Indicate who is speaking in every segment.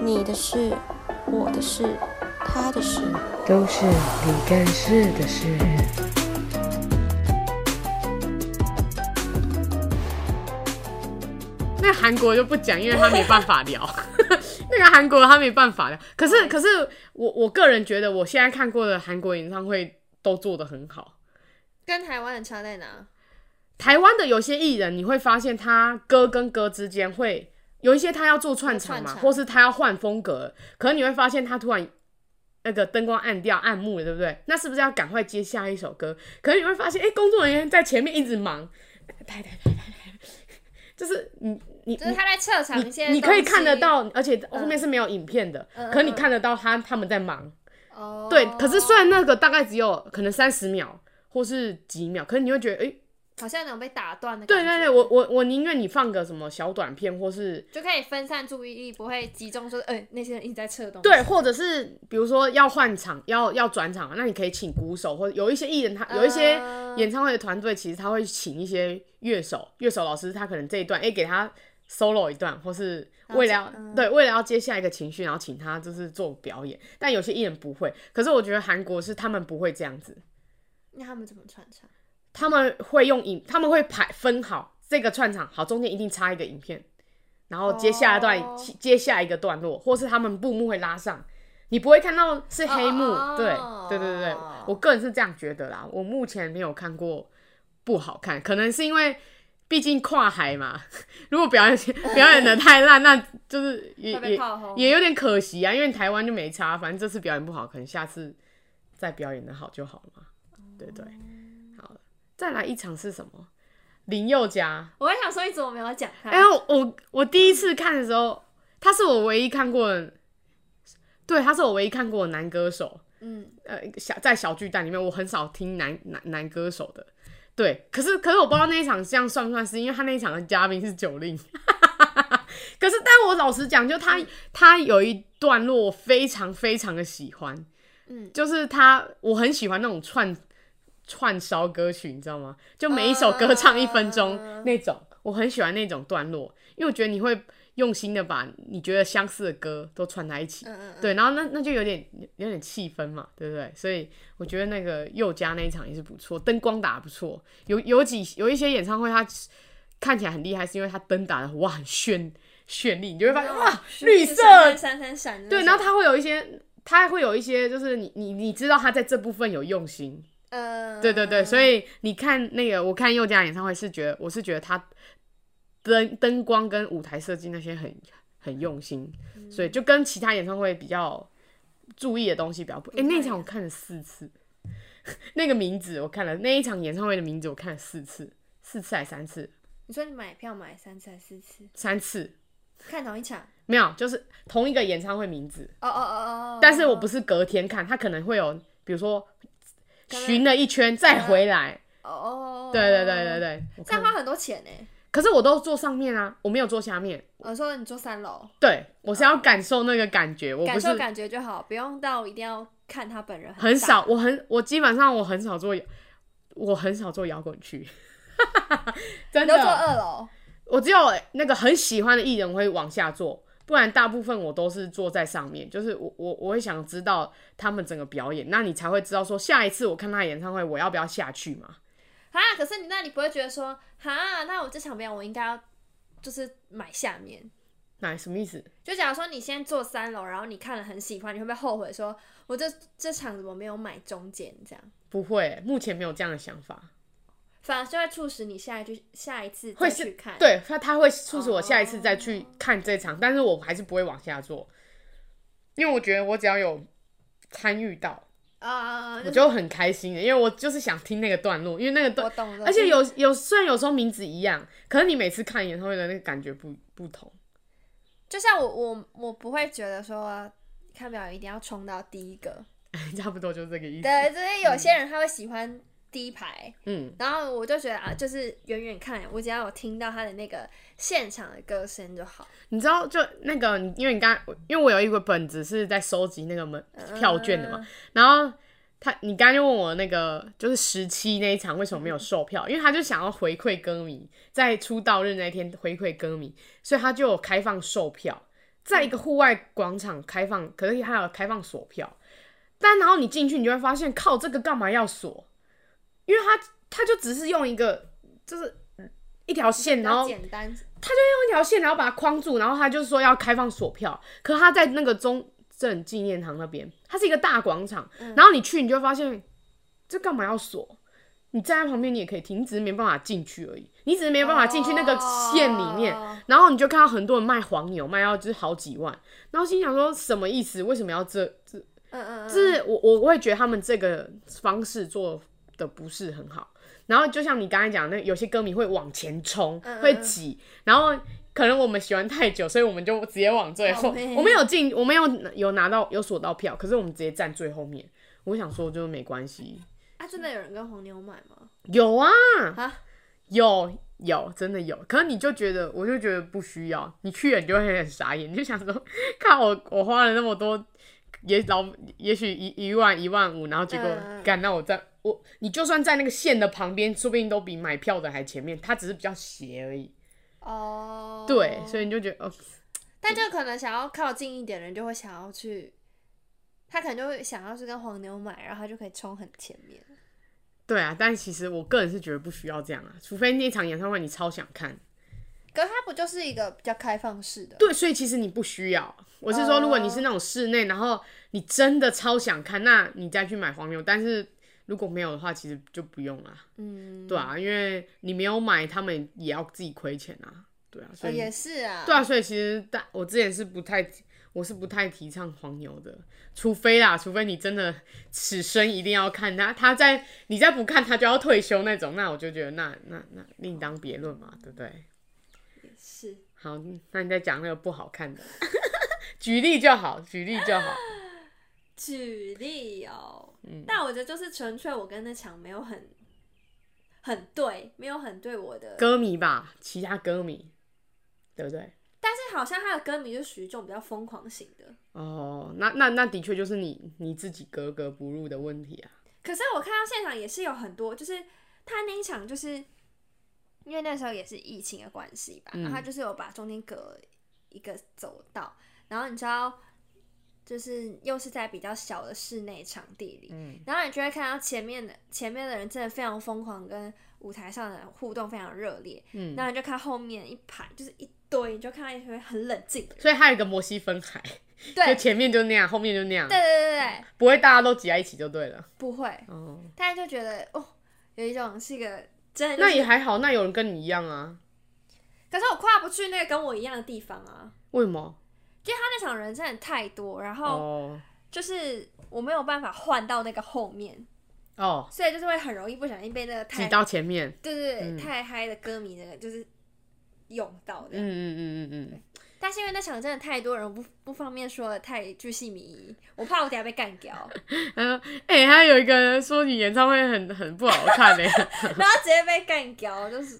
Speaker 1: 你的事、我的事、他的事。
Speaker 2: 都是你干事的事。
Speaker 3: 那韩国就不讲，因为他没办法聊。那个韩国他没办法聊。可是，可是我我个人觉得，我现在看过的韩国演唱会都做得很好。
Speaker 4: 跟台湾的差在哪？
Speaker 3: 台湾的有些艺人，你会发现他歌跟歌之间会有一些他要做串场嘛，
Speaker 4: 串场
Speaker 3: 或是他要换风格，可是你会发现他突然那个灯光暗掉、暗幕了，对不对？那是不是要赶快接下一首歌？可是你会发现，哎、工作人员在前面一直忙， 拍拍拍拍拍，就是你你
Speaker 4: 就是他在撤场一些
Speaker 3: 你你可以
Speaker 4: 东西嗯
Speaker 3: 看得，到，而且后面是没有影片的，
Speaker 4: 嗯嗯
Speaker 3: 可你看得到他他们在忙。
Speaker 4: 哦，
Speaker 3: 对，可是虽然那个大概只有可能三十秒或是几秒，可是你会觉得，哎、
Speaker 4: 好像有种被打断的感
Speaker 3: 对
Speaker 4: 觉，
Speaker 3: 对对，我我我宁愿你放个什么小短片，或是
Speaker 4: 就可以分散注意力，不会集中说，哎、那些人一直在撤动，
Speaker 3: 对，或者是比如说要换场，要要转场，那你可以请鼓手，或者有一些艺人他有一些
Speaker 4: 嗯
Speaker 3: 演唱会的团队，其实他会请一些乐手，乐手老师他可能这一段哎、诶给他 solo 一段，或是为了要、对为了要接下一个情绪，然后请他就是做表演，但有些艺人不会，可是我觉得韩国是他们不会这样子，
Speaker 4: 那他们怎么串场？
Speaker 3: 他们会用影，他们会排分好这个串场，好中间一定插一个影片，然后接下一段、
Speaker 4: 哦
Speaker 3: 接下一个段落，或是他们布幕会拉上，你不会看到是黑幕。
Speaker 4: 哦
Speaker 3: 对对对对对，我个人是这样觉得啦，我目前没有看过不好看，可能是因为。毕竟跨海嘛， 如果表演表演的太 烂，那就是也
Speaker 4: 会被
Speaker 3: 也
Speaker 4: 炮轰
Speaker 3: 也有点可惜啊。因为台湾就没差，反正这次表演不好，可能下次再表演的好就好了嘛。对对，好，再来一场是什么？林宥嘉。
Speaker 4: 我还想说，一直我没有讲他，
Speaker 3: 哎、我我我第一次看的时候，他是我唯一看过的，对，他是我唯一看过的男歌手。
Speaker 4: 嗯，
Speaker 3: 呃，小在小巨蛋里面，我很少听男男男歌手的。对，可是可是我不知道那一场这样算不算是，因为他那一场的嘉宾是九令。可是，但我老实讲，就
Speaker 4: 嗯
Speaker 3: 他他有一段落我非常非常的喜欢，
Speaker 4: 嗯
Speaker 3: 就是他我很喜欢那种串串烧歌曲，你知道吗？就每一首歌唱一分钟、
Speaker 4: 嗯
Speaker 3: 那种，我很喜欢那种段落，因为我觉得你会用心的把你觉得相似的歌都串在一起，
Speaker 4: 嗯嗯嗯，
Speaker 3: 对，然后那那就有点有点气氛嘛，对不对？所以我觉得那个佑嘉那一场也是不错，灯光打得不错，有有几有一些演唱会它看起来很厉害，是因为它灯打的哇很炫绚丽，你就会发现哇绿色，
Speaker 4: 闪闪闪的那种，
Speaker 3: 对，然后它会有一些它会有一些就是你你你知道它在这部分有用心，
Speaker 4: 呃，
Speaker 3: 对对对，所以你看那个，我看佑嘉演唱会是觉得，我是觉得他灯灯光跟舞台设计那些很很用心，
Speaker 4: 嗯
Speaker 3: 所以就跟其他演唱会比较注意的东西比较不。哎、
Speaker 4: 太
Speaker 3: 那
Speaker 4: 一
Speaker 3: 场我看了四次， 那个名字我看了，那一场演唱会的名字我看了四次，四次还三次，
Speaker 4: 你说你买票买三次还是四次？
Speaker 3: 三次
Speaker 4: 看同一场？
Speaker 3: 没有，就是同一个演唱会名字，
Speaker 4: 哦哦哦哦哦，
Speaker 3: 但是我不是隔天看，他可能会有，比如说
Speaker 4: 刚刚
Speaker 3: 巡了一圈再回来，
Speaker 4: 哦哦哦，哦
Speaker 3: 对对对对，对，我
Speaker 4: 这
Speaker 3: 看
Speaker 4: 样花很多钱呢。
Speaker 3: 可是我都坐上面啊，我没有坐下面。
Speaker 4: 我说你坐三楼，
Speaker 3: 对，我是要感受那个感觉，我
Speaker 4: 感
Speaker 3: 不是
Speaker 4: 受感觉就好，不用到一定要看他本人大
Speaker 3: 很少，我很我基本上我很少坐，我很少坐摇滚区， 真
Speaker 4: 你都坐
Speaker 3: 的，
Speaker 4: 二楼，
Speaker 3: 我只有那个很喜欢的艺人会往下坐，不然大部分我都是坐在上面，就是我我我会想知道他们整个表演，那你才会知道说下一次我看他的演唱会我要不要下去嘛？
Speaker 4: 啊，可是你那你不会觉得说，哈，那我这场没有，我应该要就是买下面。
Speaker 3: 那什么意思？
Speaker 4: 就假如说你先坐三楼，然后你看了很喜欢，你会不会后悔说，我这这场怎么没有买中间这样？
Speaker 3: 不会，目前没有这样的想法。
Speaker 4: 反而就会促使你下一句下一次
Speaker 3: 会
Speaker 4: 再
Speaker 3: 是
Speaker 4: 去看。，哦
Speaker 3: 对他他会促使我下一次再去看这场，但是我还是不会往下做，因为我觉得我只要有参与到，
Speaker 4: 啊、
Speaker 3: 我
Speaker 4: 就是
Speaker 3: 就很开心的，因为我就是想听那个段落，因为那个
Speaker 4: 我
Speaker 3: 段，
Speaker 4: 懂了。
Speaker 3: 而且有有虽然有时候名字一样，可是你每次看演唱会的那个感觉不不同。
Speaker 4: 就像我我我不会觉得说看表演一定要冲到第一个，
Speaker 3: 差不多就是这个意思。
Speaker 4: 对，就是有些人他会喜欢第一排，
Speaker 3: 嗯，
Speaker 4: 然后我就觉得啊，就是远远看，我只要有听到他的那个现场的歌声就好。
Speaker 3: 你知道，就那个，因为你刚，因为我有一个本子是在收集那个门
Speaker 4: 嗯
Speaker 3: 票券的嘛，然后他，你刚刚就问我那个就是十七那一场为什么没有售票，因为他就想要回馈歌迷，在出道日那天回馈歌迷，所以他就有开放售票。在一个户外广场开放，可是还有开放锁票，但然后你进去，你就会发现，靠，这个干嘛要锁？因为他他就只是用一个就是一条线，
Speaker 4: 比
Speaker 3: 然
Speaker 4: 较
Speaker 3: 后
Speaker 4: 简单，
Speaker 3: 一条线，然后把它框住，然后他就说要开放锁票，可他在那个中正纪念堂那边，它是一个大广场，然后你去你就会发现这干嘛要锁？你站在旁边你也可以听，你只是没办法进去而已，你只是没办法进去那个线里面，
Speaker 4: 哦
Speaker 3: 然后你就看到很多人卖黄牛，卖到就是好几万，然后心想说什么意思？为什么要这这
Speaker 4: 嗯嗯，嗯
Speaker 3: 就是我我会觉得他们这个方式做的不是很好。然后就像你刚才讲的，那有些歌迷会往前冲，
Speaker 4: 嗯嗯
Speaker 3: 会挤，然后可能我们喜欢太久，所以我们就直接往最后。
Speaker 4: 哦嘿
Speaker 3: 我们有进，我们有有拿到有锁到票，可是我们直接站最后面。我想说，就是没关系，
Speaker 4: 啊，真的有人跟黄牛买吗？
Speaker 3: 有啊，
Speaker 4: 啊，
Speaker 3: 有有，真的有。可是你就觉得，我就觉得不需要，你去了你就会很傻眼，你就想说，看我我花了那么多，也老也许一一万一万五，然后结果
Speaker 4: 嗯嗯
Speaker 3: 干、那我在我你就算在那个线的旁边，说不定都比买票的还前面，它只是比较斜而已。
Speaker 4: 哦，
Speaker 3: 对，所以你就觉得哦，
Speaker 4: 但就可能想要靠近一点的人，就会想要去，他可能就会想要去跟黄牛买，然后他就可以冲很前面。
Speaker 3: 对啊。但其实我个人是觉得不需要这样啊，除非那场演唱会你超想看，
Speaker 4: 可是它不就是一个比较开放式的？
Speaker 3: 对，所以其实你不需要。我是说，如果你
Speaker 4: 哦
Speaker 3: 是那种室内，然后你真的超想看，那你再去买黄牛。但是如果没有的话，其实就不用啦。
Speaker 4: 嗯，
Speaker 3: 对啊，因为你没有买，他们也要自己亏钱啊。对啊，所
Speaker 4: 哦，
Speaker 3: 以、
Speaker 4: 也是啊。
Speaker 3: 对啊，所以其实但我之前是不太，我是不太提倡黄牛的，除非啦，除非你真的此生一定要看他，他在你再不看他就要退休那种，那我就觉得那那那另当别论嘛，对不对？
Speaker 4: 是
Speaker 3: 好，那你再讲那个不好看的， 举例就好，举例就好。
Speaker 4: 举例哦，
Speaker 3: 嗯
Speaker 4: 但我觉得就是纯粹我跟那场没有很很对，没有很对我的。
Speaker 3: 歌迷吧，其他歌迷，对不对？
Speaker 4: 但是好像他的歌迷就是属于这种比较疯狂型的。
Speaker 3: 哦，那那那的确就是你你自己格格不入的问题啊。
Speaker 4: 可是我看到现场也是有很多，就是他那一场就是因为那时候也是疫情的关系吧，
Speaker 3: 嗯
Speaker 4: 然后他就是有把中间隔一个走道，然后你知道。就是又是在比较小的室内场地里，
Speaker 3: 嗯
Speaker 4: 然后你就会看到前面的前面的人真的非常疯狂，跟舞台上的互动非常热烈，
Speaker 3: 嗯，
Speaker 4: 然后你就看后面一排就是一堆，你就看到一堆很冷静的人，
Speaker 3: 所以还有一个摩西分海，就
Speaker 4: 对
Speaker 3: 前面就那样，后面就那样，
Speaker 4: 对对对对，
Speaker 3: 不会大家都挤在一起就对了。
Speaker 4: 不会，
Speaker 3: 哦，
Speaker 4: 但是就觉得哦，有一种是一个真的、就
Speaker 3: 那
Speaker 4: 是，
Speaker 3: 也还好，那有人跟你一样啊？
Speaker 4: 可是我跨不去那个跟我一样的地方啊，
Speaker 3: 为什么？
Speaker 4: 因为他那场人真的太多，然后
Speaker 3: 哦
Speaker 4: 就是我没有办法换到那个后面，
Speaker 3: 哦，
Speaker 4: 所以就是会很容易不小心被那个太
Speaker 3: 挤到前面。
Speaker 4: 对对对、
Speaker 3: 嗯
Speaker 4: 太嗨的歌迷那个就是涌到的。
Speaker 3: 嗯嗯嗯嗯嗯，
Speaker 4: 但是因为那场真的太多人，我不不方便说的太巨细靡遗，我怕我等下被干掉，
Speaker 3: 他说，哎、还有一个人说你演唱会很很不好看欸 嘞、
Speaker 4: 然后直接被干掉，就是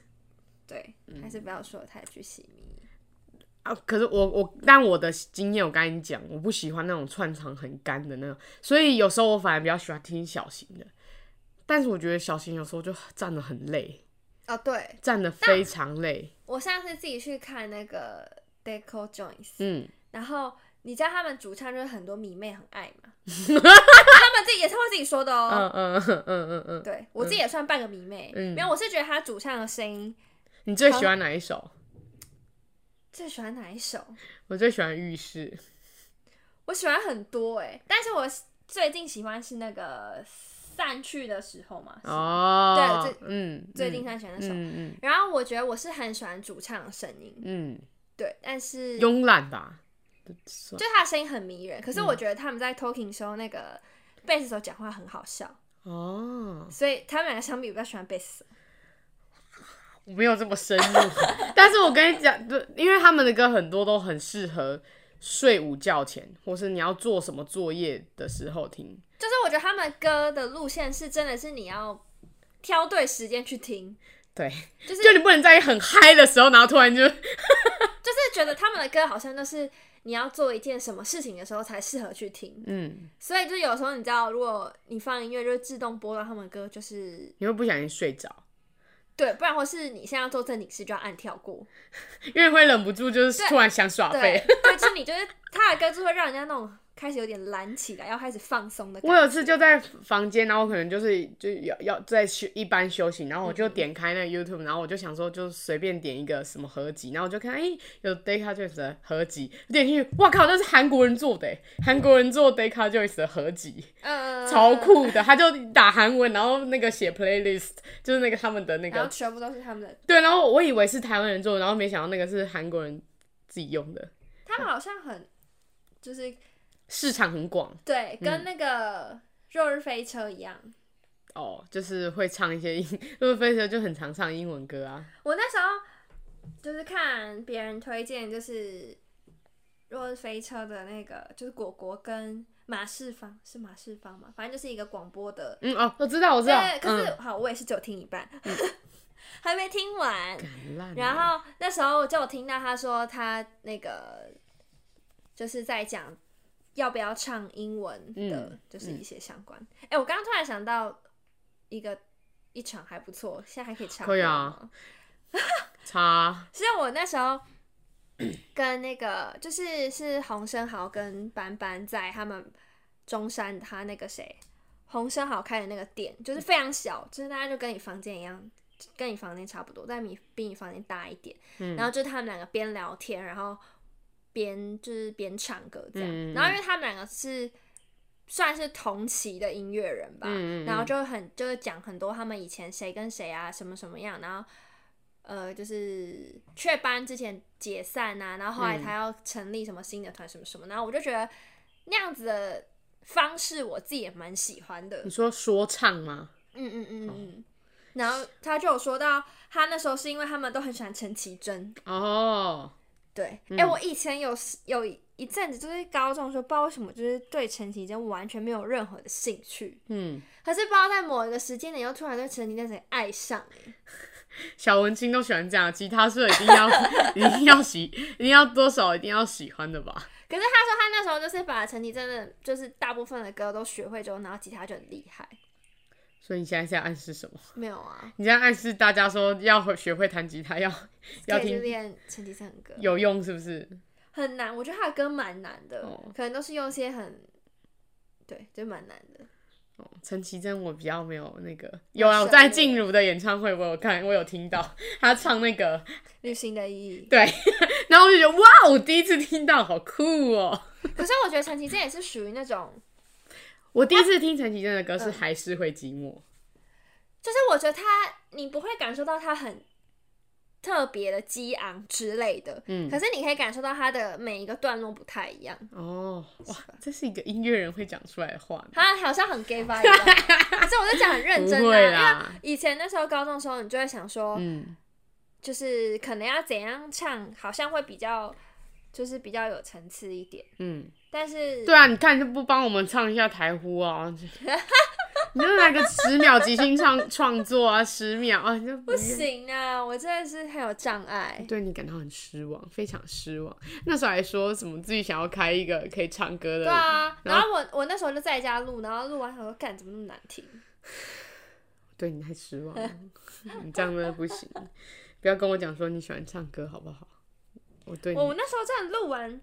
Speaker 4: 对，
Speaker 3: 嗯
Speaker 4: 还是不要说的太巨细靡遗。
Speaker 3: 啊，可是我我，但我的经验我跟你讲，我不喜欢那种串场很干的那种，所以有时候我反而比较喜欢听小型的。但是我觉得小型有时候就站得很累，
Speaker 4: 哦，对
Speaker 3: 站得非常累。
Speaker 4: 我上次自己去看那个 Deco Jones，
Speaker 3: 嗯，
Speaker 4: 然后你知道他们主唱就是很多迷妹很爱 嘛，他们自己也是会自己说的
Speaker 3: 嗯
Speaker 4: 哦。
Speaker 3: 嗯嗯嗯嗯嗯，
Speaker 4: 对我自己也算半个迷妹，
Speaker 3: 嗯
Speaker 4: 没有，我是觉得他主唱的声音
Speaker 3: 你最喜欢哪一首？
Speaker 4: 最喜欢哪一首？
Speaker 3: 我最喜欢浴室。
Speaker 4: 我喜欢很多哎、但是我最近喜欢是那个散去的时候嘛，是
Speaker 3: 哦，
Speaker 4: 对最
Speaker 3: 嗯，
Speaker 4: 最近
Speaker 3: 嗯
Speaker 4: 才喜欢那首。
Speaker 3: 嗯
Speaker 4: 然后我觉得我是很喜欢主唱的声音，
Speaker 3: 嗯
Speaker 4: 对，但是
Speaker 3: 嗯，慵懒吧，算
Speaker 4: 就他的声音很迷人，可是
Speaker 3: 嗯
Speaker 4: 我觉得他们在 talking 的时候那个贝斯手讲话很好笑，
Speaker 3: 哦，
Speaker 4: 所以他们两个相比，我比较喜欢贝斯手。
Speaker 3: 我没有这么深入，但是我跟你讲，对，因为他们的歌很多都很适合睡午觉前，或是你要做什么作业的时候听。
Speaker 4: 就是我觉得他们歌的路线是真的是你要挑对时间去听，
Speaker 3: 对，
Speaker 4: 就是
Speaker 3: 就你不能在很嗨的时候，然后突然就
Speaker 4: 就是觉得他们的歌好像都是你要做一件什么事情的时候才适合去听，
Speaker 3: 嗯，
Speaker 4: 所以就有时候你知道，如果你放音乐就自动播到他们的歌，就是
Speaker 3: 你会不小心睡着。
Speaker 4: 对，不然或是你现在要做正经事就要按跳过。
Speaker 3: 因为会忍不住就是
Speaker 4: 对
Speaker 3: 突然想耍
Speaker 4: 对
Speaker 3: 废。，
Speaker 4: 对，就是你就是他的歌就会让人家那种开始有点懒起来，要开始放松的感
Speaker 3: 我
Speaker 4: 觉。
Speaker 3: 有次就在房间，然后可能就是就要要在休一般休息，然后我就点开那个 YouTube，然后我就想说就随便点一个什么合集，然后我就看哎、有 Data Jones 的合集，点进去，哇靠，那是韩国人做的欸，韩国人做 Data Jones 的合集，
Speaker 4: 嗯，
Speaker 3: 超酷的，他就打韩文，然后那个写 playlist，就是那个他们的那
Speaker 4: 然后
Speaker 3: 个
Speaker 4: 全部都是他们的，
Speaker 3: 对，然后我以为是台湾人做的，然后没想到那个是韩国人自己用的，
Speaker 4: 他们好像很就是
Speaker 3: 市场很广
Speaker 4: 对，
Speaker 3: 嗯
Speaker 4: 跟那个落日飞车一样。
Speaker 3: 哦，就是会唱一些英， 因为飞车就很常唱英文歌啊。
Speaker 4: 我那时候就是看别人推荐，就是落日飞车的那个，就是果果跟马世芳，是马世芳吗？反正就是一个广播的。
Speaker 3: 嗯哦，我知道，我知道
Speaker 4: 对，，可是、
Speaker 3: 嗯
Speaker 4: 好，我也是只有听一半，还没听完。
Speaker 3: 很烂欸
Speaker 4: 然后那时候就有听到他说他那个就是在讲要不要唱英文的，
Speaker 3: 嗯
Speaker 4: 就是一些相关。哎、我刚刚突然想到一个一场还不错，现在还可以唱。
Speaker 3: 可以啊。差
Speaker 4: 是我那时候跟那个就是是洪生豪跟班班在他们中山他那个谁洪生豪开的那个店，就是非常小，就是大家就跟你房间一样，跟你房间差不多，但比比你房间大一点。
Speaker 3: 嗯
Speaker 4: 然后就是他们两个边聊天，然后边就是边唱歌这样。
Speaker 3: 嗯嗯嗯
Speaker 4: 然后因为他们两个是。算是同期的音乐人吧，
Speaker 3: 嗯嗯嗯
Speaker 4: 然后就很就是讲很多他们以前谁跟谁啊，什么什么样，然后呃，就是雀班之前解散啊，然后后来
Speaker 3: 嗯
Speaker 4: 他要成立什么新的团什么什么，然后我就觉得那样子的方式我自己也蛮喜欢的
Speaker 3: 你，说哦说唱吗？
Speaker 4: 嗯嗯嗯嗯嗯。然后他就有说到，他那时候是因为他们都很喜欢陈绮贞，
Speaker 3: 哦，
Speaker 4: 对，哎、我以前有有一阵子就是高中的时候，不知道为什么就是对陈绮贞完全没有任何的兴趣，
Speaker 3: 嗯，
Speaker 4: 可是不知道在某一个时间点又突然对陈绮贞整个爱上、哎
Speaker 3: 小文青都喜欢这样，吉他社一定 要一定要喜，一定要多少一定要喜欢的吧？
Speaker 4: 可是他说他那时候就是把陈绮贞的，就是大部分的歌都学会之后，然后吉他就很厉害。
Speaker 3: 所以你现在是在暗示什么？
Speaker 4: 没有啊，
Speaker 3: 你现在暗示大家说要会学会弹吉他，要要
Speaker 4: 可以去
Speaker 3: 听
Speaker 4: 练陈绮贞的歌，
Speaker 3: 有用是不是？
Speaker 4: 很难。我觉得他的歌蛮难的，
Speaker 3: 哦
Speaker 4: 可能都是用一些很，对，就蛮难的。
Speaker 3: 哦陈绮贞我比较没有那个，有
Speaker 4: 有
Speaker 3: 啊，我
Speaker 4: 涉
Speaker 3: 在
Speaker 4: 猎
Speaker 3: 静茹的演唱会我有看，我有听到她唱那个，
Speaker 4: 旅行的意义。
Speaker 3: 对， 然后我就觉得哇，我第一次听到，好酷哦！
Speaker 4: 可是我觉得陈绮贞也是属于那种，
Speaker 3: 我第一次听陈绮贞的歌是《
Speaker 4: 啊嗯
Speaker 3: 还是会寂寞》，
Speaker 4: 就是我觉得他，你不会感受到他很特别的激昂之类的，
Speaker 3: 嗯
Speaker 4: 可是你可以感受到他的每一个段落不太一样。
Speaker 3: 哦，哇，这是一个音乐人会讲出来的话呢，
Speaker 4: 他好像很 gay 吧，一样 可是我在讲很认真
Speaker 3: 不
Speaker 4: 的、
Speaker 3: 会
Speaker 4: 啊，
Speaker 3: 啦
Speaker 4: 因为以前那时候高中的时候，你就会想说，
Speaker 3: 嗯，
Speaker 4: 就是可能要怎样唱，好像会比较，就是比较有层次一点。
Speaker 3: 嗯，
Speaker 4: 但是，
Speaker 3: 对啊，你看你就不帮我们唱一下台呼 啊？你就来个十秒即兴创创作啊，十秒啊，你就不
Speaker 4: 不行啊，我真的是很有障碍。
Speaker 3: 对你感到很失望，非常失望。那时候还说什么自己想要开一个可以唱歌的，
Speaker 4: 对啊，
Speaker 3: 然
Speaker 4: 然
Speaker 3: 后
Speaker 4: 后我我那时候就在家录，然后录完想说，干怎么那么难听？
Speaker 3: 对你太失望了， 你这样真的不行。不要跟我讲说你喜欢唱歌好不好？我对你
Speaker 4: 我那时候这样录完，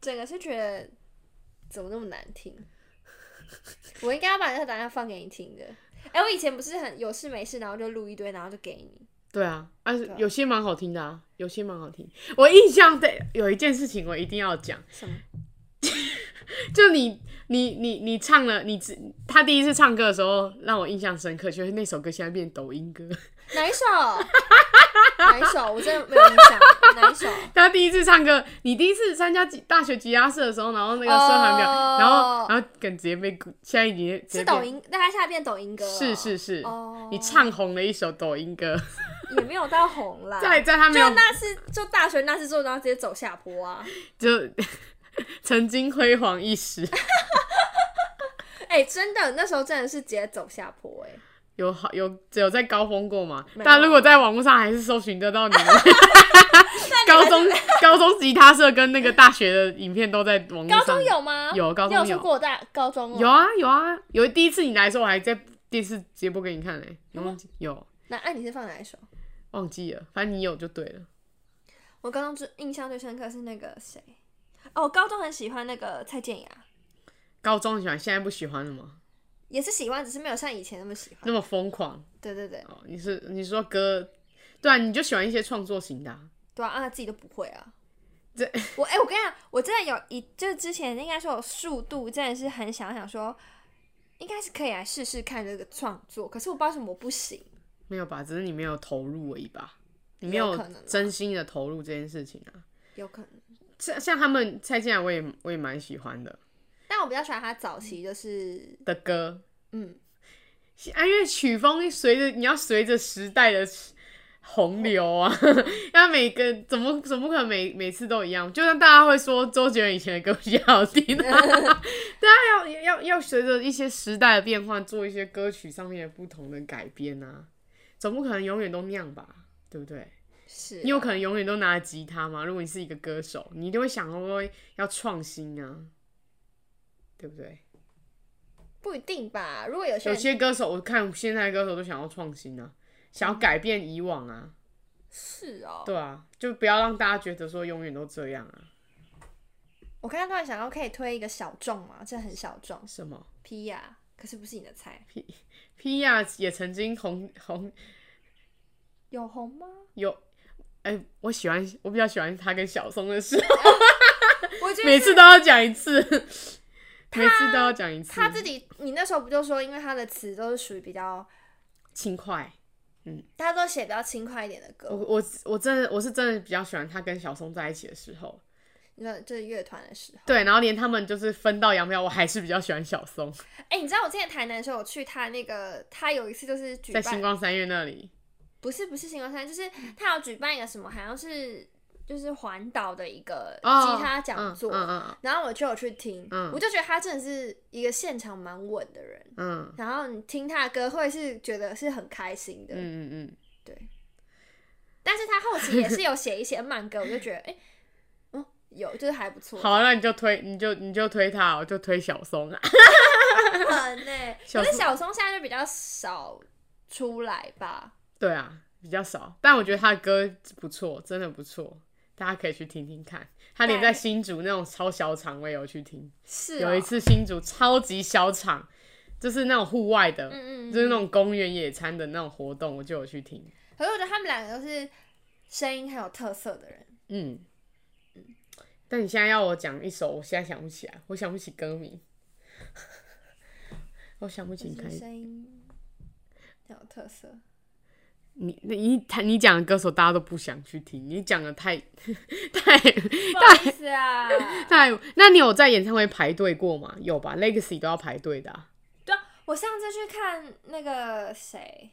Speaker 4: 整个是觉得怎么那么难听？我应该要把那个档案放给你听的。哎、我以前不是很有事没事，然后就录一堆，然后就给你。
Speaker 3: 对啊，啊
Speaker 4: 啊
Speaker 3: 有些蛮好听的啊，有些蛮好听。我印象对有一件事情我一定要讲，
Speaker 4: 什么？
Speaker 3: 就你你你你唱了，你只他第一次唱歌的时候让我印象深刻，就是那首歌现在变抖音歌。
Speaker 4: 哪一首？哪一首？我真的没有印象。哪一首？
Speaker 3: 他第一次唱歌，你第一次参加吉大学吉他社的时候，然后那个社团表
Speaker 4: 哦
Speaker 3: 然后然后梗直接被现在已经直接
Speaker 4: 是
Speaker 3: 变
Speaker 4: 抖音，那它现在变抖音歌了。
Speaker 3: 是是是
Speaker 4: 哦
Speaker 3: 你唱红了一首抖音歌，
Speaker 4: 也没有到红啦。
Speaker 3: 在在他没
Speaker 4: 就
Speaker 3: 有
Speaker 4: 那次就大学那次做，然后直接走下坡啊！
Speaker 3: 就 曾经辉煌一时，
Speaker 4: 哎、真的，那时候真的是直接走下坡哎、
Speaker 3: 有好有有在高峰过吗？
Speaker 4: 没有
Speaker 3: 但如果在网络上还是搜寻得到你 们高中高中吉他社跟那个大学的影片都在网络上。
Speaker 4: 高中有吗？
Speaker 3: 有高中
Speaker 4: 你有出过大高中、哦？
Speaker 3: 有啊有啊，有第一次你来的时候，我还在电视直播给你看嘞、有忘记有
Speaker 4: 那爱你是放哪一首？
Speaker 3: 忘记了，反正你有就对了。
Speaker 4: 我高中最印象最深刻是那个谁，哦，我高中很喜欢那个蔡健雅，
Speaker 3: 高中喜欢，现在不喜欢了吗？
Speaker 4: 也是喜欢，只是没有像以前那么喜欢。
Speaker 3: 那么疯狂
Speaker 4: 对对对，
Speaker 3: 哦？你是你说歌，对啊，你就喜欢一些创作型的啊、
Speaker 4: 对啊，啊自己都不会啊。
Speaker 3: 这
Speaker 4: 我哎、我跟你讲，我真的有一，就之前应该说有数度，真的是很想想说，应该是可以来试试看这个创作，可是我不知道为什么我不行。
Speaker 3: 没有吧？只是你没有投入而已吧？你没
Speaker 4: 有
Speaker 3: 有
Speaker 4: 可能啊
Speaker 3: 真心的投入这件事情啊。
Speaker 4: 有可能。
Speaker 3: 像像他们蔡健雅，我也我也蛮喜欢的
Speaker 4: 但我比较喜欢他早期，就是
Speaker 3: 的歌，
Speaker 4: 嗯，
Speaker 3: 啊，因为曲风随着你要随着时代的洪流啊， 要每个怎么怎么可能每每次都一样？就像大家会说周杰伦以前的歌比较好听、啊，对啊，要要要随着一些时代的变换，做一些歌曲上面的不同的改编啊，总不可能永远都那样吧，对不对？
Speaker 4: 是、啊
Speaker 3: 你有可能永远都拿着吉他吗？如果你是一个歌手，你一定会想说要创新啊，对不对？
Speaker 4: 不一定吧？如果有些
Speaker 3: 有
Speaker 4: 人
Speaker 3: 些歌手，我看现在的歌手都想要创新啊，想要改变以往啊，
Speaker 4: 是哦，
Speaker 3: 对啊，就不要让大家觉得说永远都这样啊。
Speaker 4: 我刚刚突然想到，可以推一个小众嘛，这很小众
Speaker 3: 什么
Speaker 4: ，P 呀，可是不是你的菜，
Speaker 3: p i a 也曾经红红
Speaker 4: 有红吗？
Speaker 3: 有，哎、我喜欢，我比较喜欢他跟小松的事，
Speaker 4: 我觉得
Speaker 3: 每
Speaker 4: 是
Speaker 3: 次都要讲一次，每次都要讲一次，
Speaker 4: 他自己，你那时候不就说，因为他的词都是属于比较，
Speaker 3: 轻快。
Speaker 4: 他都写比较轻快一点的歌
Speaker 3: 我，我我真的我是真的比较喜欢他跟小松在一起的时候，
Speaker 4: 你知道，就是乐团的时候。
Speaker 3: 对，然后连他们就是分道扬镳，我还是比较喜欢小松，
Speaker 4: 哎、你知道我之前台南的时候，我去他那个，他有一次就是举
Speaker 3: 在星
Speaker 4: 办，
Speaker 3: 光三月那里，
Speaker 4: 不是不是星光山，就是他有举办一个什么，好像是就是环岛的一个
Speaker 3: 哦
Speaker 4: 吉他讲座，
Speaker 3: 嗯嗯嗯
Speaker 4: 然后我就有去听，
Speaker 3: 嗯
Speaker 4: 我就觉得他真的是一个现场蛮稳的人，
Speaker 3: 嗯
Speaker 4: 然后你听他的歌会是觉得是很开心的，
Speaker 3: 嗯嗯嗯，
Speaker 4: 对。但是他后期也是有写一些慢歌，我就觉得哎、嗯，有就是还不错，
Speaker 3: 嗯好，那啊你就推，你就你就推他，我哦就推小松啊。
Speaker 4: 很呢、
Speaker 3: 小
Speaker 4: 可是
Speaker 3: 松
Speaker 4: 小松现在就比较少出来吧。
Speaker 3: 对啊，比较少，但我觉得他的歌不错，真的不错，大家可以去听听看。他连
Speaker 4: 对
Speaker 3: 在新竹那种超小场，我也有去听。
Speaker 4: 是、哦、
Speaker 3: 有一，次新竹超级小场，就是那种户外的，
Speaker 4: 嗯嗯，
Speaker 3: 就是那种公园野餐的那种活动，我就有去听。
Speaker 4: 可是我觉得他们两个都是声音很有特色的人。
Speaker 3: 嗯，但你现在要我讲一首，我现在想不起来，我想不起歌名， 我想不起。
Speaker 4: 就
Speaker 3: 你看
Speaker 4: 是
Speaker 3: 一
Speaker 4: 声音很有特 色，
Speaker 3: 你你你他你讲的歌手大家都不想去听，你讲的太 太
Speaker 4: 不好意思 啊。
Speaker 3: 太，那你有在演唱会排队过吗？有吧，Legacy 都要排队的啊、
Speaker 4: 对啊，我上次去看那个谁